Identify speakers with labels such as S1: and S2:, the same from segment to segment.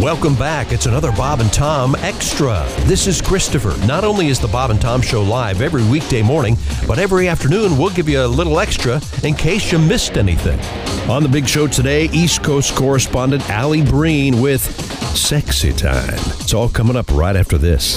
S1: Welcome back. It's another Bob and Tom Extra. This is Christopher. Not only is the Bob and Tom Show live every weekday morning, but every afternoon we'll give you a little extra in case you missed anything.
S2: On the big show today, East Coast correspondent Allie Breen with Sexy Time. It's all coming up right after this.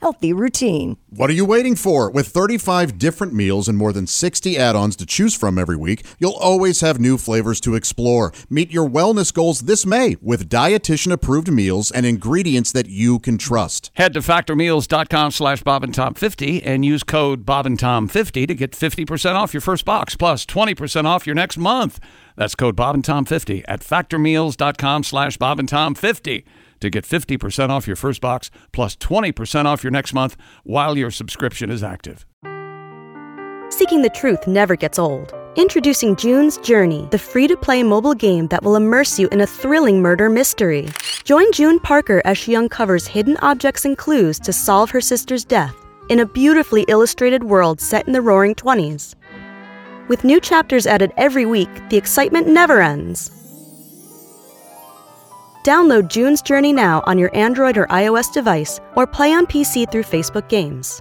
S3: healthy routine.
S4: What are you waiting for? With 35 different meals and more than 60 add ons to choose from every week, you'll always have new flavors to explore. Meet your wellness goals this May with dietitian approved meals and ingredients that you can trust.
S5: Head to factormeals.com slash bobandtom50 and use code bobandtom50 to get 50% off your first box plus 20% off your next month. That's code bobandtom50 at factormeals.com slash bobandtom50 to get 50% off your first box plus 20% off your next month while your subscription is active.
S6: Seeking the truth never gets old. Introducing June's Journey, the free to play mobile game that will immerse you in a thrilling murder mystery. Join June Parker as she uncovers hidden objects and clues to solve her sister's death in a beautifully illustrated world set in the roaring 20s. With new chapters added every week, the excitement never ends. Download June's Journey now on your Android or iOS device or play on PC through Facebook Games.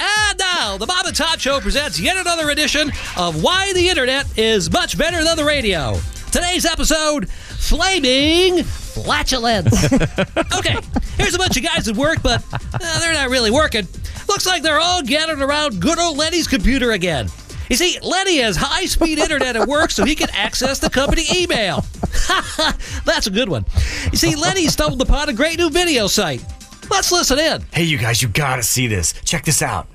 S7: And now, the Bob and Tom Show presents yet another edition of Why the Internet is Much Better Than the Radio. Today's episode Flaming Flatulence. okay, here's a bunch of guys at work, but uh, they're not really working. Looks like they're all gathered around good old Lenny's computer again. You see, Lenny has high speed internet at work so he can access the company email. That's a good one. You see, Lenny stumbled upon a great new video site. Let's listen in.
S8: Hey, you guys, you gotta see this. Check this out.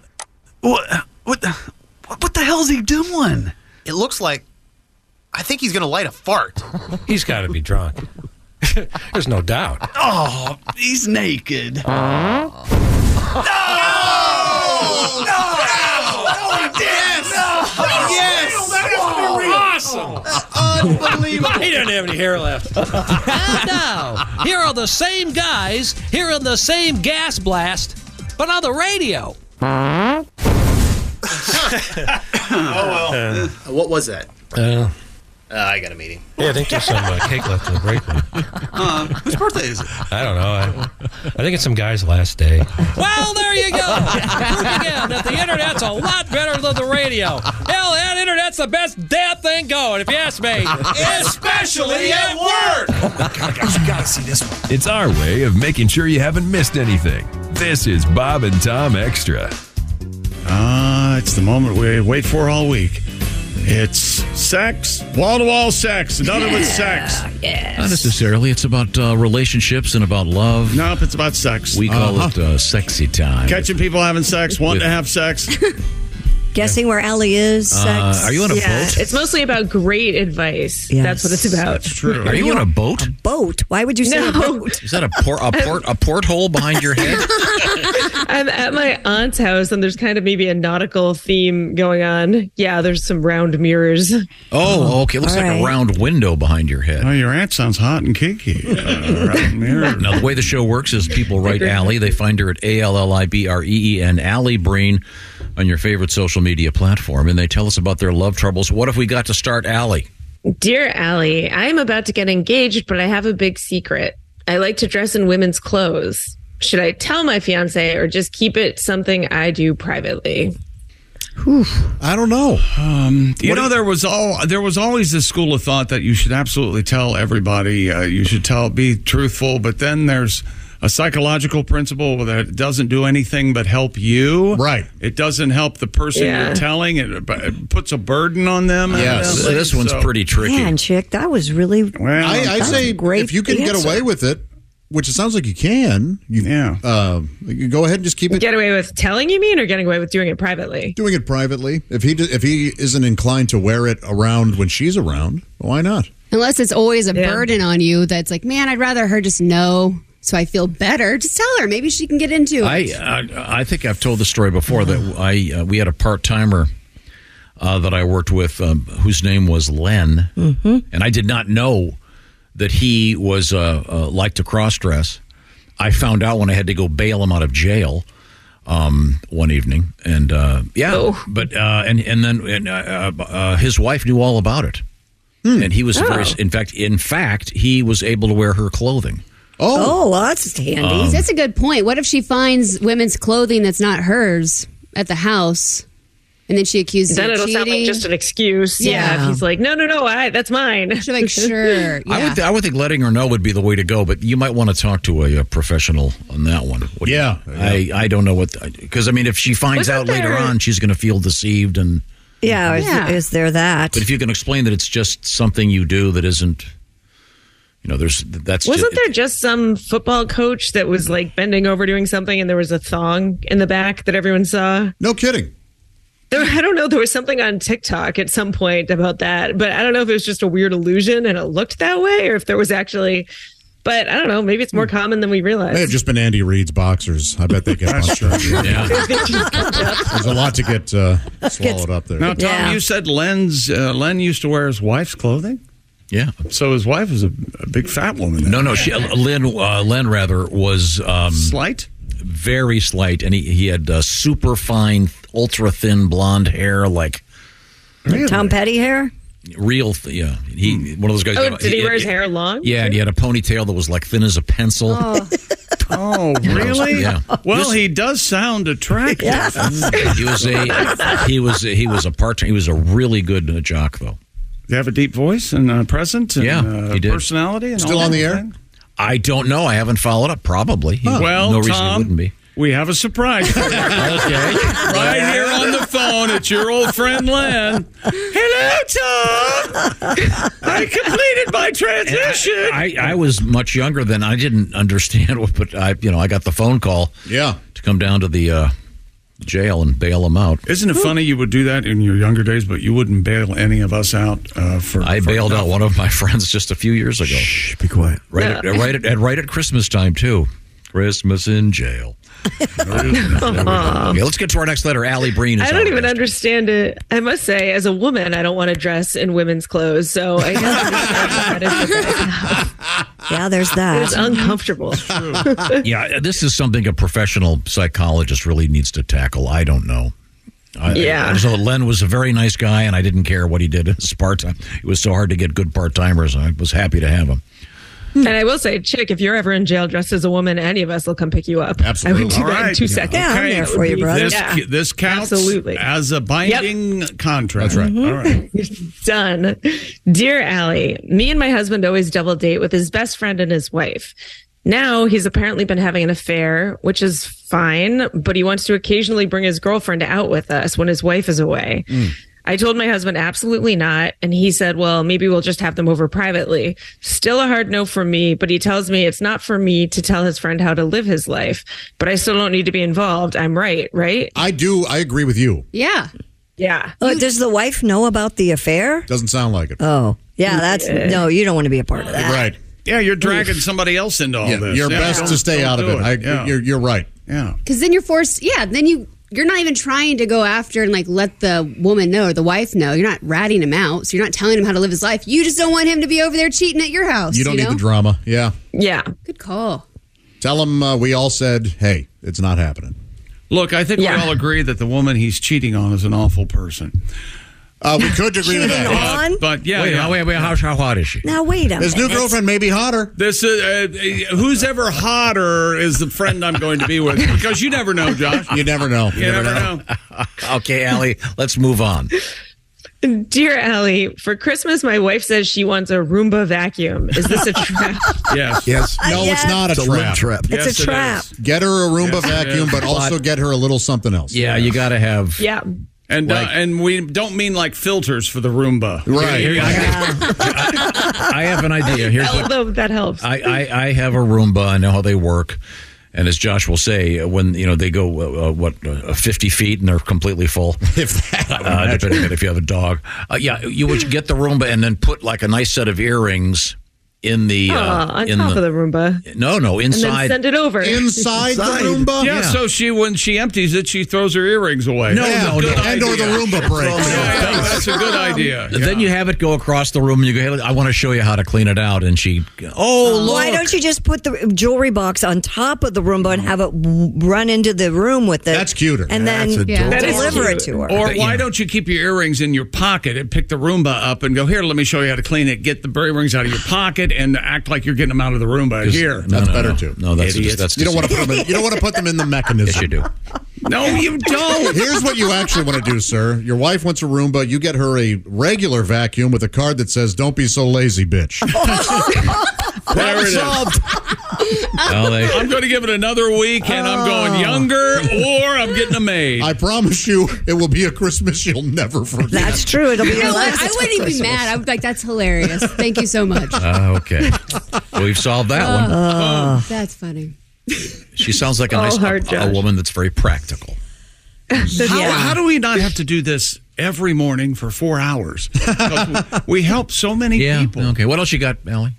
S8: What? What? the- What the hell's he doing?
S9: It looks like I think he's gonna light a fart.
S7: He's got to be drunk. There's no doubt.
S8: Oh, he's naked.
S7: Oh, He doesn't have any hair left. and now, here are the same guys hearing the same gas blast, but on the radio.
S8: Oh,
S9: What was that?
S10: Uh,
S9: Uh, I got a meeting.
S10: yeah, I think there's some uh, cake left in the break room.
S8: Whose birthday is it?
S10: I don't know. I, I think it's some guy's last day.
S7: Well, there you go. Proof again that the internet's a lot better than the radio. Hell, that internet's the best damn thing going, if you ask me. Especially at work.
S8: Oh, Guys, you gotta see this one.
S2: It's our way of making sure you haven't missed anything. This is Bob and Tom Extra.
S11: Ah, it's the moment we wait for all week. It's sex, wall to wall sex. Another with sex.
S12: Not necessarily. It's about uh, relationships and about love.
S11: Nope, it's about sex.
S12: We call
S11: Uh-huh.
S12: it uh, sexy time.
S11: catching people having sex, wanting to have sex.
S3: Guessing where Allie is? Sex.
S12: Uh, are you on a boat?
S13: It's mostly about great advice.
S3: Yes.
S13: That's what it's about.
S11: True.
S12: Are you on a boat?
S11: Um,
S3: boat? Why would you say a
S13: No.
S3: boat?
S12: Is that a port a port a porthole behind your head?
S13: I'm at my aunt's house and there's kind of maybe a nautical theme going on. Yeah, there's some round mirrors.
S12: Oh, okay. It looks like
S3: Alright.
S12: a round window behind your head.
S11: Oh, your aunt sounds hot and kinky. All right, mirror.
S12: Now, the way the show works is people write Allie. They find her at A L L I B R E E N, Allie Breen, on your favorite social media platform, and they tell us about their love troubles. What if we got to start Allie?
S13: Dear Allie, I am about to get engaged, but I have a big secret. I like to dress in women's clothes. Should I tell my fiance or just keep it something I do privately?
S11: I don't know.
S14: Um, you know, there was all there was always this school of thought that you should absolutely tell everybody. Uh, you should tell, be truthful. But then there's a psychological principle that doesn't do anything but help you. Right. It doesn't help the person
S3: Yeah.
S14: you're telling. It, but it puts a burden on them. evidently. So-
S3: Man, chick, that was really. Well,
S4: I, I say if you can get away with it, which it sounds like you can, you, yeah. uh, you go ahead and just keep it
S13: Get away with telling you mean or getting away with doing it privately?
S4: doing it privately. If he d- if he isn't inclined to wear it around when she's around, why not?
S15: Unless it's always a burden on you that's like, man, I'd rather her just know so I feel better. Just tell her. Maybe she can get into it.
S12: I, I I think I've told the story before that I uh, we had a part timer uh, that I worked with um, whose name was Len, and I did not know that he was uh, uh, liked to cross dress. I found out when I had to go bail him out of jail um, one evening, and uh, yeah, but uh, and and then and, uh, uh, uh, his wife knew all about it, and he was very,
S15: Oh.
S12: in fact in fact he was able to wear her clothing.
S15: Oh.
S3: well, that's
S12: Um,
S15: that's a good point. What if she finds women's clothing that's not hers at the house and then she accuses
S13: Then
S15: you of
S13: it'll sound
S15: cheating?
S13: like just an excuse. Yeah.
S15: Yeah.
S13: if he's like, no, no, no, I that's mine.
S15: She's like, sure.
S12: I would, th- I would think letting her know would be the way to go, but you might want to talk to a, uh professional on that one. What do you-
S4: Yeah.
S12: I, I don't know what because I mean if she finds
S3: Wasn't
S12: out later
S3: there-
S12: on, she's going to feel deceived. And
S3: Yeah,
S12: Yeah.
S3: Is, is there that?
S12: but if you can explain that it's just something you do that isn't, you know, there's that's
S13: Wasn't
S12: just,
S13: there just some football coach that was like bending over doing something and there was a thong in the back that everyone saw?
S4: No kidding.
S13: There, I don't know. There was something on TikTok at some point about that, but I don't know if it was just a weird illusion and it looked that way or if there was actually. But I don't know. Maybe it's more
S15: Hmm.
S13: common than we realize.
S4: May have just been Andy Reid's boxers. I bet they get bumped. There's a lot to get uh, swallowed up there.
S14: Now, Tom, you said Len's uh, Len used to wear his wife's clothing.
S12: Yeah.
S14: So his wife was a, a big fat woman.
S12: no no she Lynn uh, Lynn rather was um,
S14: slight,
S12: very slight, and he he had uh, super fine, ultra thin blonde hair like.
S3: Tom Petty hair?
S12: real, th- yeah. He one of those guys.
S13: oh,
S12: that-
S13: did he, wear his
S12: had-
S13: hair long?
S12: Yeah, and he had a ponytail that was like thin as a pencil.
S13: Oh.
S14: Oh, really?
S12: Yeah.
S14: Well, he does sound attractive.
S12: He was a he was a, he was a part he was a really good uh, jock though.
S14: You have a deep voice and uh, present and
S12: yeah,
S14: uh,
S12: he did.
S14: personality and all that thing?
S12: I don't know. I haven't followed up. Probably. He-
S14: Well,
S12: no reason he
S14: Tom,
S12: wouldn't be.
S14: We have a surprise. okay. Right here on the phone, it's your old friend Len. Hello, Tom. I completed my transition.
S12: I, I was much younger then. I didn't understand what, but I you know I got the phone call.
S4: Yeah.
S12: To come down to the uh, jail and bail him out.
S14: Isn't it funny you would do that in your younger days, but you wouldn't bail any of us out uh, for?
S12: I
S14: for
S12: bailed out
S14: nothing?
S12: one of my friends just a few years ago. Shh, be quiet. Right, at, right, at, and right at Christmas time too. Christmas in jail.
S11: Uh-huh.
S12: okay, let's get to our next letter. Allie Breen is
S13: I
S12: on.
S13: don't even understand it. I must say, as a woman, I don't want to dress in women's clothes. So I guess I'm just glad that it's okay.
S4: Ah,
S3: Yeah, there's that.
S13: It's uncomfortable.
S12: yeah, this is something a professional psychologist really needs to tackle. I don't know. I,
S13: Yeah.
S12: I, so Len was a very nice guy, and I didn't care what he did as part time. It was so hard to get good part timers, and I was happy to have him.
S13: And I will say, chick, if you're ever in jail dressed as a woman, any of us will come pick you up.
S14: Absolutely.
S13: I would do
S14: All
S13: that in
S14: right.
S13: two seconds.
S14: Okay. This,
S13: Yeah.
S14: this counts
S13: Absolutely.
S14: as a binding contract. That's
S13: Mhm. Done. Dear Allie, me and my husband always double date with his best friend and his wife. Now he's apparently been having an affair, which is fine, but he wants to occasionally bring his girlfriend out with us when his wife is away. I told my husband absolutely not. And he said, well, maybe we'll just have them over privately. Still a hard no for me, but he tells me it's not for me to tell his friend how to live his life, but I still don't need to be involved. I'm right, right?
S4: I do. I agree with you.
S15: Yeah.
S13: Yeah.
S3: Oh, does the wife know about the affair?
S4: Doesn't sound like it.
S3: Oh, yeah. That's no. You don't want to be a part of that.
S4: Right.
S14: Yeah, you're dragging somebody else into all
S4: Yeah,
S14: this.
S4: you're
S14: Yeah,
S4: best
S14: don't-
S4: to stay
S14: don't
S4: out of
S14: do
S4: it. I, you're, you're right.
S14: Yeah.
S15: Because then you're forced. Yeah, then you you're not even trying to go after and like let the woman know or the wife know. You're not ratting him out, so you're not telling him how to live his life. You just don't want him to be over there cheating at your house.
S4: You don't need
S15: know?
S4: the drama. Yeah.
S13: Yeah.
S15: Good call.
S4: Tell him uh, we all said, hey, it's not happening.
S14: Look, I think
S15: Yeah.
S14: we all agree that the woman he's cheating on is an awful person.
S4: Uh, we could agree to
S3: Cheating
S4: that.
S3: on?
S14: But yeah,
S12: Wait,
S14: yeah.
S12: now, wait, wait. How, how hot is she?
S3: Now wait a
S14: His new
S3: minute.
S14: girlfriend
S4: may be hotter.
S14: This is, uh, uh, who's ever hotter is the friend I'm going to be with because you never know, Josh.
S4: You never know.
S14: You, never, know.
S12: okay, Allie, let's move on.
S13: Dear Ellie, for Christmas, my wife says she wants a Roomba vacuum. Is this a trap?
S14: Yes.
S12: Yes.
S4: No,
S13: Yes.
S4: it's not a
S13: It's a
S4: trap.
S12: lip trap.
S13: It's a Yes, it trap. is.
S4: Get her a Roomba
S14: Yes, it
S4: vacuum,
S14: is.
S4: but also get her a little something else.
S12: Yeah, you got to have.
S13: yeah.
S14: And uh, and we don't mean like filters for the Roomba,
S12: Right. Here- here- I I have an idea. Here's what
S13: Although that helps.
S12: I, I, I have a Roomba. I know how they work. And as Josh will say, uh, when you know they go uh, uh, what uh, fifty feet and they're completely full,
S4: if that,
S12: uh, depending on if you have a dog, uh, yeah, you would get the Roomba and then put like a nice set of earrings in the
S13: Oh,
S12: uh,
S13: on
S12: in
S13: top of the Roomba.
S12: no no
S13: And then
S12: inside
S13: send it over.
S4: Inside the Inside. Roomba?
S14: Yeah,
S12: Yeah.
S14: So she when she empties it, she throws her earrings away.
S12: No, Yeah, no, no.
S14: Good
S4: And or the
S14: idea.
S4: Roomba breaks.
S14: Yeah, that's a good idea.
S12: Then you have it go across the room and you go, hey, I want to show you how to clean it out. And she, oh, look.
S3: Why don't you just put the jewelry box on top of the Roomba and have it w- run into the room with it?
S4: That's cuter.
S3: And then deliver it to her.
S14: Or why don't you keep your earrings in your pocket and pick the Roomba up and go, here, let me show you how to clean it. Get the earrings out of your pocket and act like you're getting them out of the Roomba. Here.
S4: That's
S12: no,
S4: better
S12: no.
S4: too.
S12: No, that's
S4: Idiots.
S12: just, that's
S4: you don't want to put them. In, you don't want to put them in the mechanism.
S12: Yes, you do.
S14: No, you don't.
S4: Here's what you actually want to do, sir. Your wife wants a Roomba. You get her a regular vacuum with a card that says, "Don't be so lazy, bitch."
S14: There it is.
S12: Well, they-
S14: I'm going to give it another week and I'm
S4: Oh.
S14: going younger or I'm getting a maid.
S4: I promise you, it will be a Christmas you'll never forget.
S3: That's true. It'll be
S15: You
S3: your
S15: know what?
S3: last.
S15: I wouldn't even be mad. I would be like, that's hilarious. Thank you so much.
S12: Ah, okay. We've solved that one.
S15: Uh, That's funny.
S12: She sounds like a nice
S13: hard
S12: a, a woman that's very practical.
S14: How,
S3: Yeah.
S14: how do we not have to do this every morning for four hours? 'Cause we we help so many
S12: Yeah.
S14: people.
S12: Okay. What else you got, Allie?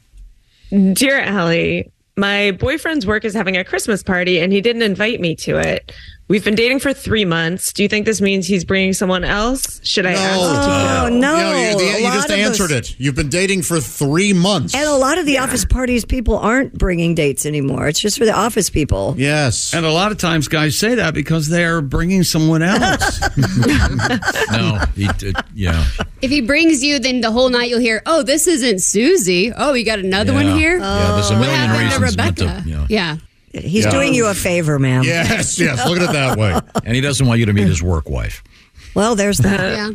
S13: Dear Allie, my boyfriend's work is having a Christmas party and he didn't invite me to it. We've been dating for three months. Do you think this means he's bringing someone else? Should I ask?
S3: Oh no!
S4: you,
S3: A
S4: you
S3: lot
S4: just
S3: of
S4: answered
S3: those-
S4: it. You've been dating for three months.
S3: And a lot of the office parties, people aren't bringing dates anymore. It's just for the office people.
S4: yes.
S14: And a lot of times guys say that because they're bringing someone else.
S12: No. He, did yeah.
S15: If he brings you, then the whole night you'll hear, oh, this isn't Susie. Oh, you got another
S12: yeah.
S15: one here?
S12: Yeah. There's a
S15: What
S12: million
S15: happened to
S12: reasons not
S15: Rebecca?
S12: to. Yeah.
S15: yeah.
S3: He's
S4: Yeah.
S3: doing you a favor, ma'am.
S4: Yes, yes. Look at it that way.
S12: And he doesn't want you to meet his work wife.
S3: Well, there's that.
S15: Yeah.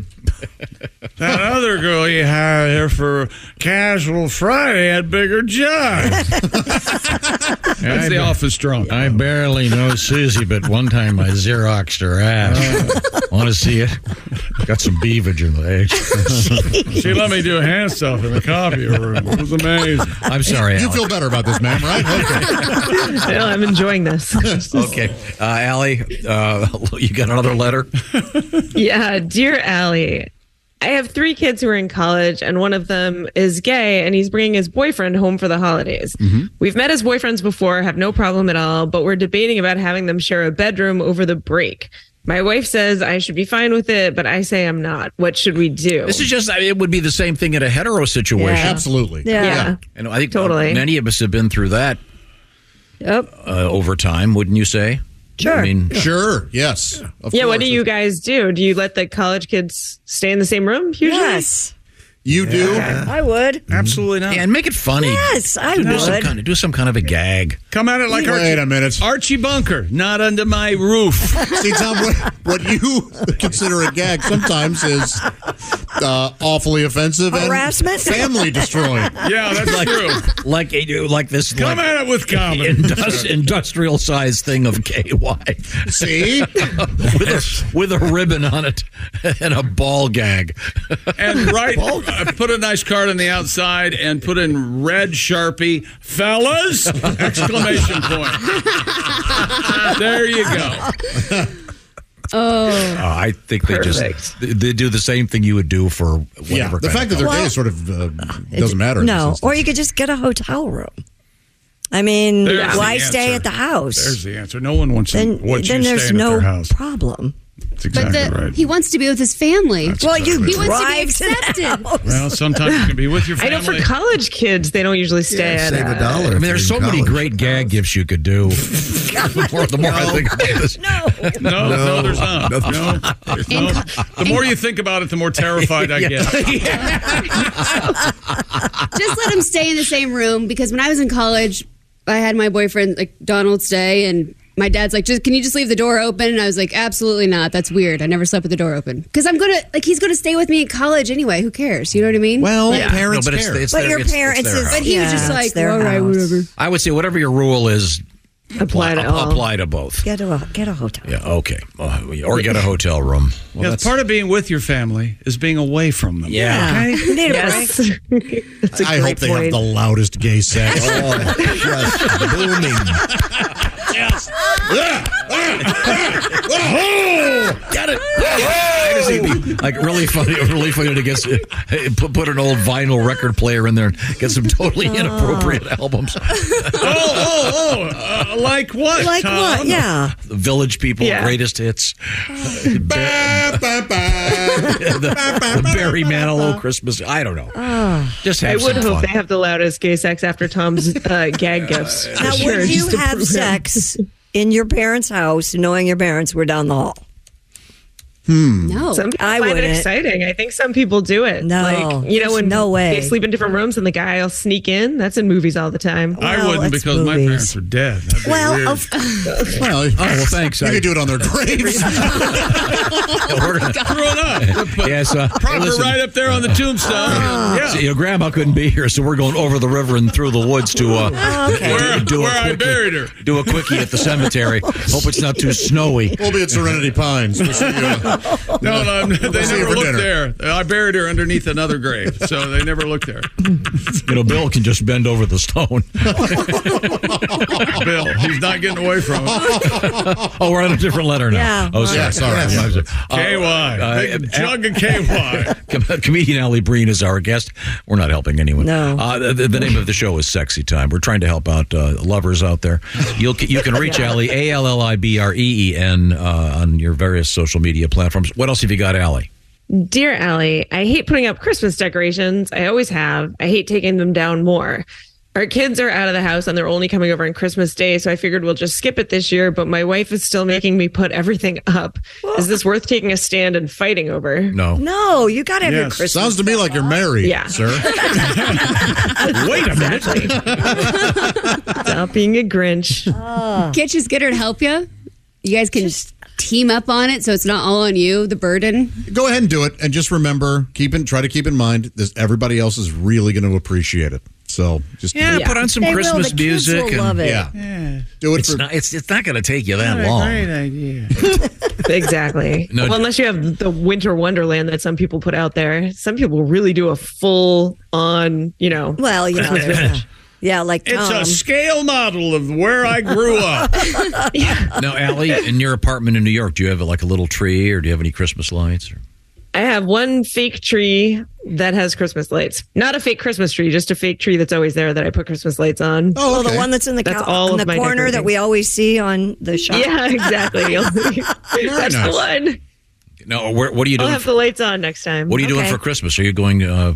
S14: that other girl you hired here for casual Friday had bigger jugs. That's the office drunk.
S12: I barely know Susie, but one time I Xeroxed her
S14: Uh.
S12: ass. Want to see it? Got some beavage in the legs.
S14: She let me do a hand stuff in the coffee room. It was amazing.
S12: I'm sorry,
S4: You
S12: Allie.
S4: feel better about this, ma'am, right? Okay.
S13: No, I'm enjoying this.
S12: okay. Uh, Allie, uh, you got another letter?
S13: Yeah, dear Allie. I have three kids who are in college, and one of them is gay, and he's bringing his boyfriend home for the holidays.
S12: Mm-hmm.
S13: We've met as boyfriends before, have no problem at all, but we're debating about having them share a bedroom over the break. My wife says I should be fine with it, but I say I'm not. What should we do?
S12: This is just, I mean, it would be the same thing in a hetero situation.
S3: Yeah.
S4: Absolutely.
S3: Yeah.
S13: yeah.
S12: And I think
S13: Totally.
S12: many of us have been through that
S13: Yep.
S12: uh, over time, wouldn't you say?
S3: Sure.
S12: I mean,
S4: Sure. Yes. Of
S13: Yeah. What do
S4: course.
S13: you guys do? Do you let the college kids stay in the same room usually?
S3: Yes,
S4: You do.
S3: I would.
S14: Absolutely not.
S12: yeah, and make it funny.
S3: Yes, I
S12: do Some
S3: would.
S12: kind of, do some kind of a gag.
S14: Come at it like
S4: Wait
S14: Archie.
S4: a minute.
S14: Archie Bunker, not under my roof.
S4: See, Tom, what, what you consider a gag sometimes is uh, awfully offensive
S3: Harassment?
S4: and family destroying.
S14: Yeah, that's
S12: Like-
S14: true.
S12: Like a- like this
S14: Come
S12: like,
S14: at it with comedy.
S12: industrial sized thing of KY with
S4: See?
S12: a, with a ribbon on it and a ball gag.
S14: and write, uh, put a nice card on the outside and put in red Sharpie, fellas! Exclamation point. there you go.
S12: Oh, I think they just
S13: Perfect.
S12: they, they do the same thing you would do for whatever.
S4: Yeah. The
S12: kind
S4: fact that
S12: of
S4: they're
S3: Well,
S4: gay sort of uh, doesn't matter. in this
S3: No,
S4: instance.
S3: or you could just get a hotel room. I mean,
S14: There's the
S3: why stay
S14: answer.
S3: at the house?
S14: There's the answer. No one wants to
S3: then
S14: what
S3: then
S14: you
S3: there's
S14: staying at
S3: no
S14: their house.
S3: problem.
S14: That's exactly
S15: but the,
S14: right.
S15: he wants to be with his family.
S14: That's Well, you exactly
S15: he wants to be
S14: right.
S15: accepted.
S14: Well, sometimes you can be with your
S13: I
S14: family.
S13: know for college kids, they don't usually stay at uh,
S12: I mean, there's so many great gag gifts you could do. the more, the more I think about this,
S3: no,
S14: No, no,
S12: No.
S14: there's not.
S12: No,
S14: No,
S12: there's
S14: No. The more you think about it, the more terrified I get.
S15: Just let him stay in the same room because when I was in college, I had my boyfriend like Donald stay, and my dad's like, "Just can you just leave the door open?" And I was like, "Absolutely not. That's weird. I never slept with the door open because I'm gonna like he's gonna stay with me in college anyway. Who cares? You know what I mean?
S4: Well,
S12: Yeah. parents No, but it's- care. it's But their- your it's- it's parents their is- house.
S15: but he
S12: yeah,
S15: was just
S12: it's
S15: like,
S12: their
S15: "All right, whatever."
S12: I would say whatever your rule is, apply,
S3: to
S12: ap-
S3: all.
S12: apply to both.
S3: Get a get a hotel.
S12: Yeah, okay, Oh, or get a hotel room. Well,
S14: yeah,
S12: that's-
S14: part of being with your family is being away from them.
S12: Yeah.
S14: Okay?
S3: You need a
S13: Yes.
S3: break.
S13: That's a
S4: I hope
S13: great
S4: they have
S13: point.
S4: the loudest gay sex.
S12: booming.
S10: Got it.
S12: I just think it'd be, like really funny, really funny to get s- hey, put, put an old vinyl record player in there and get some totally
S3: Oh.
S12: inappropriate albums.
S14: oh, oh, oh. uh, like what?
S3: Like
S14: Tom?
S3: what? Yeah.
S12: The Village People,
S14: Yeah.
S12: greatest hits.
S4: Oh,
S12: the, the Barry Manilow Christmas. I don't know.
S3: Ah.
S12: Just
S13: I
S12: have
S13: would
S12: some
S13: hope
S12: fun.
S13: they have the loudest gay sex after Tom's uh, gag gifts.
S3: Now,
S13: Sure,
S3: would you
S13: just to
S3: have
S13: prove him.
S3: sex in your parents' house, knowing your parents were down the hall?
S4: Hmm.
S15: No,
S13: Some people
S3: I
S13: find
S3: wouldn't.
S13: it exciting. I think some people do it.
S3: No,
S13: like you know
S3: there's
S13: when
S3: no way.
S13: they sleep in different rooms and the guy will sneak in. That's in movies all the time.
S14: I wouldn't because my parents are dead. That'd be
S3: Well,
S14: weird.
S3: of,
S4: Well,
S12: Oh, well, thanks.
S4: You
S12: I-
S4: could do it on their graves.
S14: Throw it up.
S12: Yes, uh, hey,
S14: Proper
S12: listen,
S14: right up there on the tombstone. yeah.
S12: so, you know, Uh, Grandma couldn't be here, so we're going over the river and through the woods to uh,
S3: okay.
S14: Where,
S12: do
S14: where
S12: a
S14: I
S12: quickie.
S14: buried her. Oh,
S12: do a quickie at the cemetery. Hope it's not too snowy.
S4: We'll be at Serenity Pines. We'll see you.
S14: No, no, they
S4: see you
S14: never
S4: for
S14: looked
S4: dinner.
S14: there. I buried her underneath another grave, so they never looked there.
S12: You know, Bill can just bend over the stone.
S14: Bill, he's not getting away from it.
S12: Oh, we're on a different letter now.
S3: Yeah.
S12: Oh, sorry.
S4: Yeah, sorry.
S12: I'm sorry.
S14: KY.
S12: Uh,
S14: Big
S12: uh,
S14: jug of KY.
S12: Com- Comedian Ali Breen is our guest. We're not helping anyone.
S3: No.
S12: Uh, the, the name of the show is Sexy Time. We're trying to help out uh, lovers out there. You'll, you can reach Ali, A L L I B R E E N, uh, on your various social media platforms. What else have you got, Ali?
S13: Dear Allie, I hate putting up Christmas decorations. I always have. I hate taking them down more. Our kids are out of the house and they're only coming over on Christmas Day, so I figured we'll just skip it this year, but my wife is still making me put everything up. Is this worth taking a stand and fighting over?
S12: No.
S3: no, you got to have your
S14: Yes.
S3: Christmas.
S4: Sounds to me like you're married,
S13: Yeah.
S4: sir.
S14: Wait a minute.
S13: Stop being a Grinch.
S15: Can't you just get her to help you? You guys can team up on it, so it's not all on you. The burden.
S4: Go ahead and do it, and just remember, keep in, try to keep in mind that everybody else is really going to appreciate it. So just
S12: Yeah, put on some
S3: They will.
S12: Christmas
S3: The kids
S12: music.
S3: will
S12: and,
S3: love it.
S4: yeah, do it
S12: It's
S4: for
S12: not, it's, it's not going to take you that long.
S14: idea.
S13: exactly.
S12: No,
S13: well,
S12: d-
S13: unless you have the winter wonderland that some people put out there. Some people really do a full on, you know.
S3: Well, you know, there's that. yeah, like
S14: It's
S3: Tom.
S14: a scale model of where I grew up.
S12: Now, Ali, in your apartment in New York, do you have like a little tree or do you have any Christmas lights? Or?
S13: I have one fake tree that has Christmas lights. Not a fake Christmas tree, just a fake tree that's always there that I put Christmas lights on.
S3: Oh, the one that's in the,
S13: That's
S3: cou-
S13: all
S3: in
S13: of
S3: the
S13: my
S3: corner that we always see on the shop.
S13: Yeah, exactly. that's
S14: nice.
S13: the one.
S12: No, where, what are you
S13: I'll
S3: Oh,
S12: doing?
S13: have
S12: for-
S13: the lights on next time.
S12: What are you doing
S3: Okay.
S12: for Christmas? Are you going? Uh, are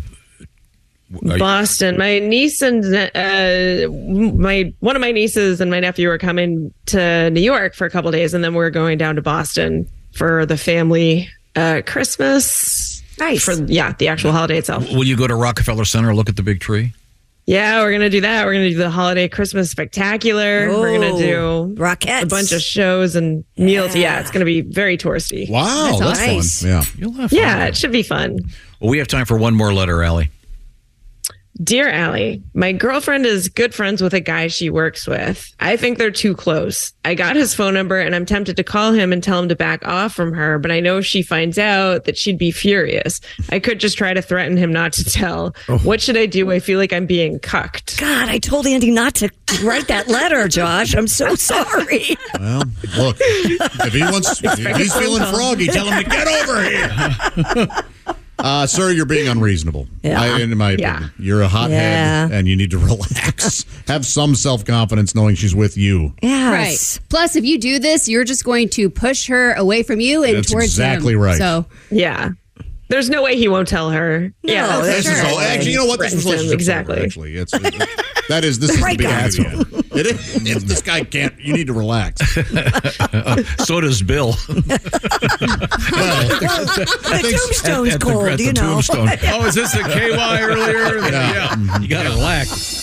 S12: you-
S13: Boston. My niece and uh, my one of my nieces and my nephew are coming to New York for a couple days, and then we're going down to Boston for the family uh, Christmas.
S3: Nice.
S13: For yeah, the actual holiday itself.
S12: will you go to Rockefeller Center and look at the big tree?
S13: Yeah, we're gonna do that. We're gonna do the holiday Christmas spectacular. we're gonna do
S3: Rockettes.
S13: a bunch of shows and meals. Yeah, it's gonna be very touristy.
S4: wow,
S3: That's
S4: that's,
S3: nice.
S4: fun. Yeah.
S12: You'll have
S13: Yeah, it should be fun.
S12: Well, we have time for one more letter, Allie.
S13: Dear Allie, my girlfriend is good friends with a guy she works with. I think they're too close. I got his phone number and I'm tempted to call him and tell him to back off from her, but I know if she finds out that she'd be furious. I could just try to threaten him not to tell.
S4: Oh.
S13: What should I do? I feel like I'm being cucked.
S3: God, I told Andy not to write that letter, Josh. I'm so sorry.
S4: Well, look, if he wants, if he's feeling froggy, tell him to get over here. Uh, sir, you're being unreasonable.
S3: Yeah.
S4: I- in my
S3: Yeah.
S4: opinion, you're a hothead
S3: Yeah.
S4: and you need to relax. Have some self confidence knowing she's with you.
S3: Yes.
S15: Right. Plus, if you do this, you're just going to push her away from you and
S4: That's
S15: towards
S4: exactly
S15: him.
S4: right.
S15: So
S13: yeah, there's no way he won't tell her. yeah,
S4: Oh, this is all. Actually, you know what? This
S13: Right.
S4: relationship
S13: exactly.
S4: Actually, it's, that is this is the
S13: Break
S4: beginning
S13: up.
S4: of the end. It is, if this guy can't, you need to relax.
S10: so does Bill.
S3: the tombstone's
S10: at the-
S3: Oh, cold,
S10: at the
S3: you know.
S10: tombstone.
S14: Oh, is this the KY earlier?
S1: Yeah.
S10: You got to relax.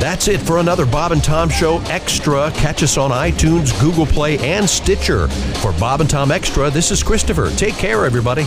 S1: That's it for another Bob and Tom Show Extra. Catch us on iTunes, Google Play, and Stitcher. For Bob and Tom Extra, this is Christopher. Take care, everybody.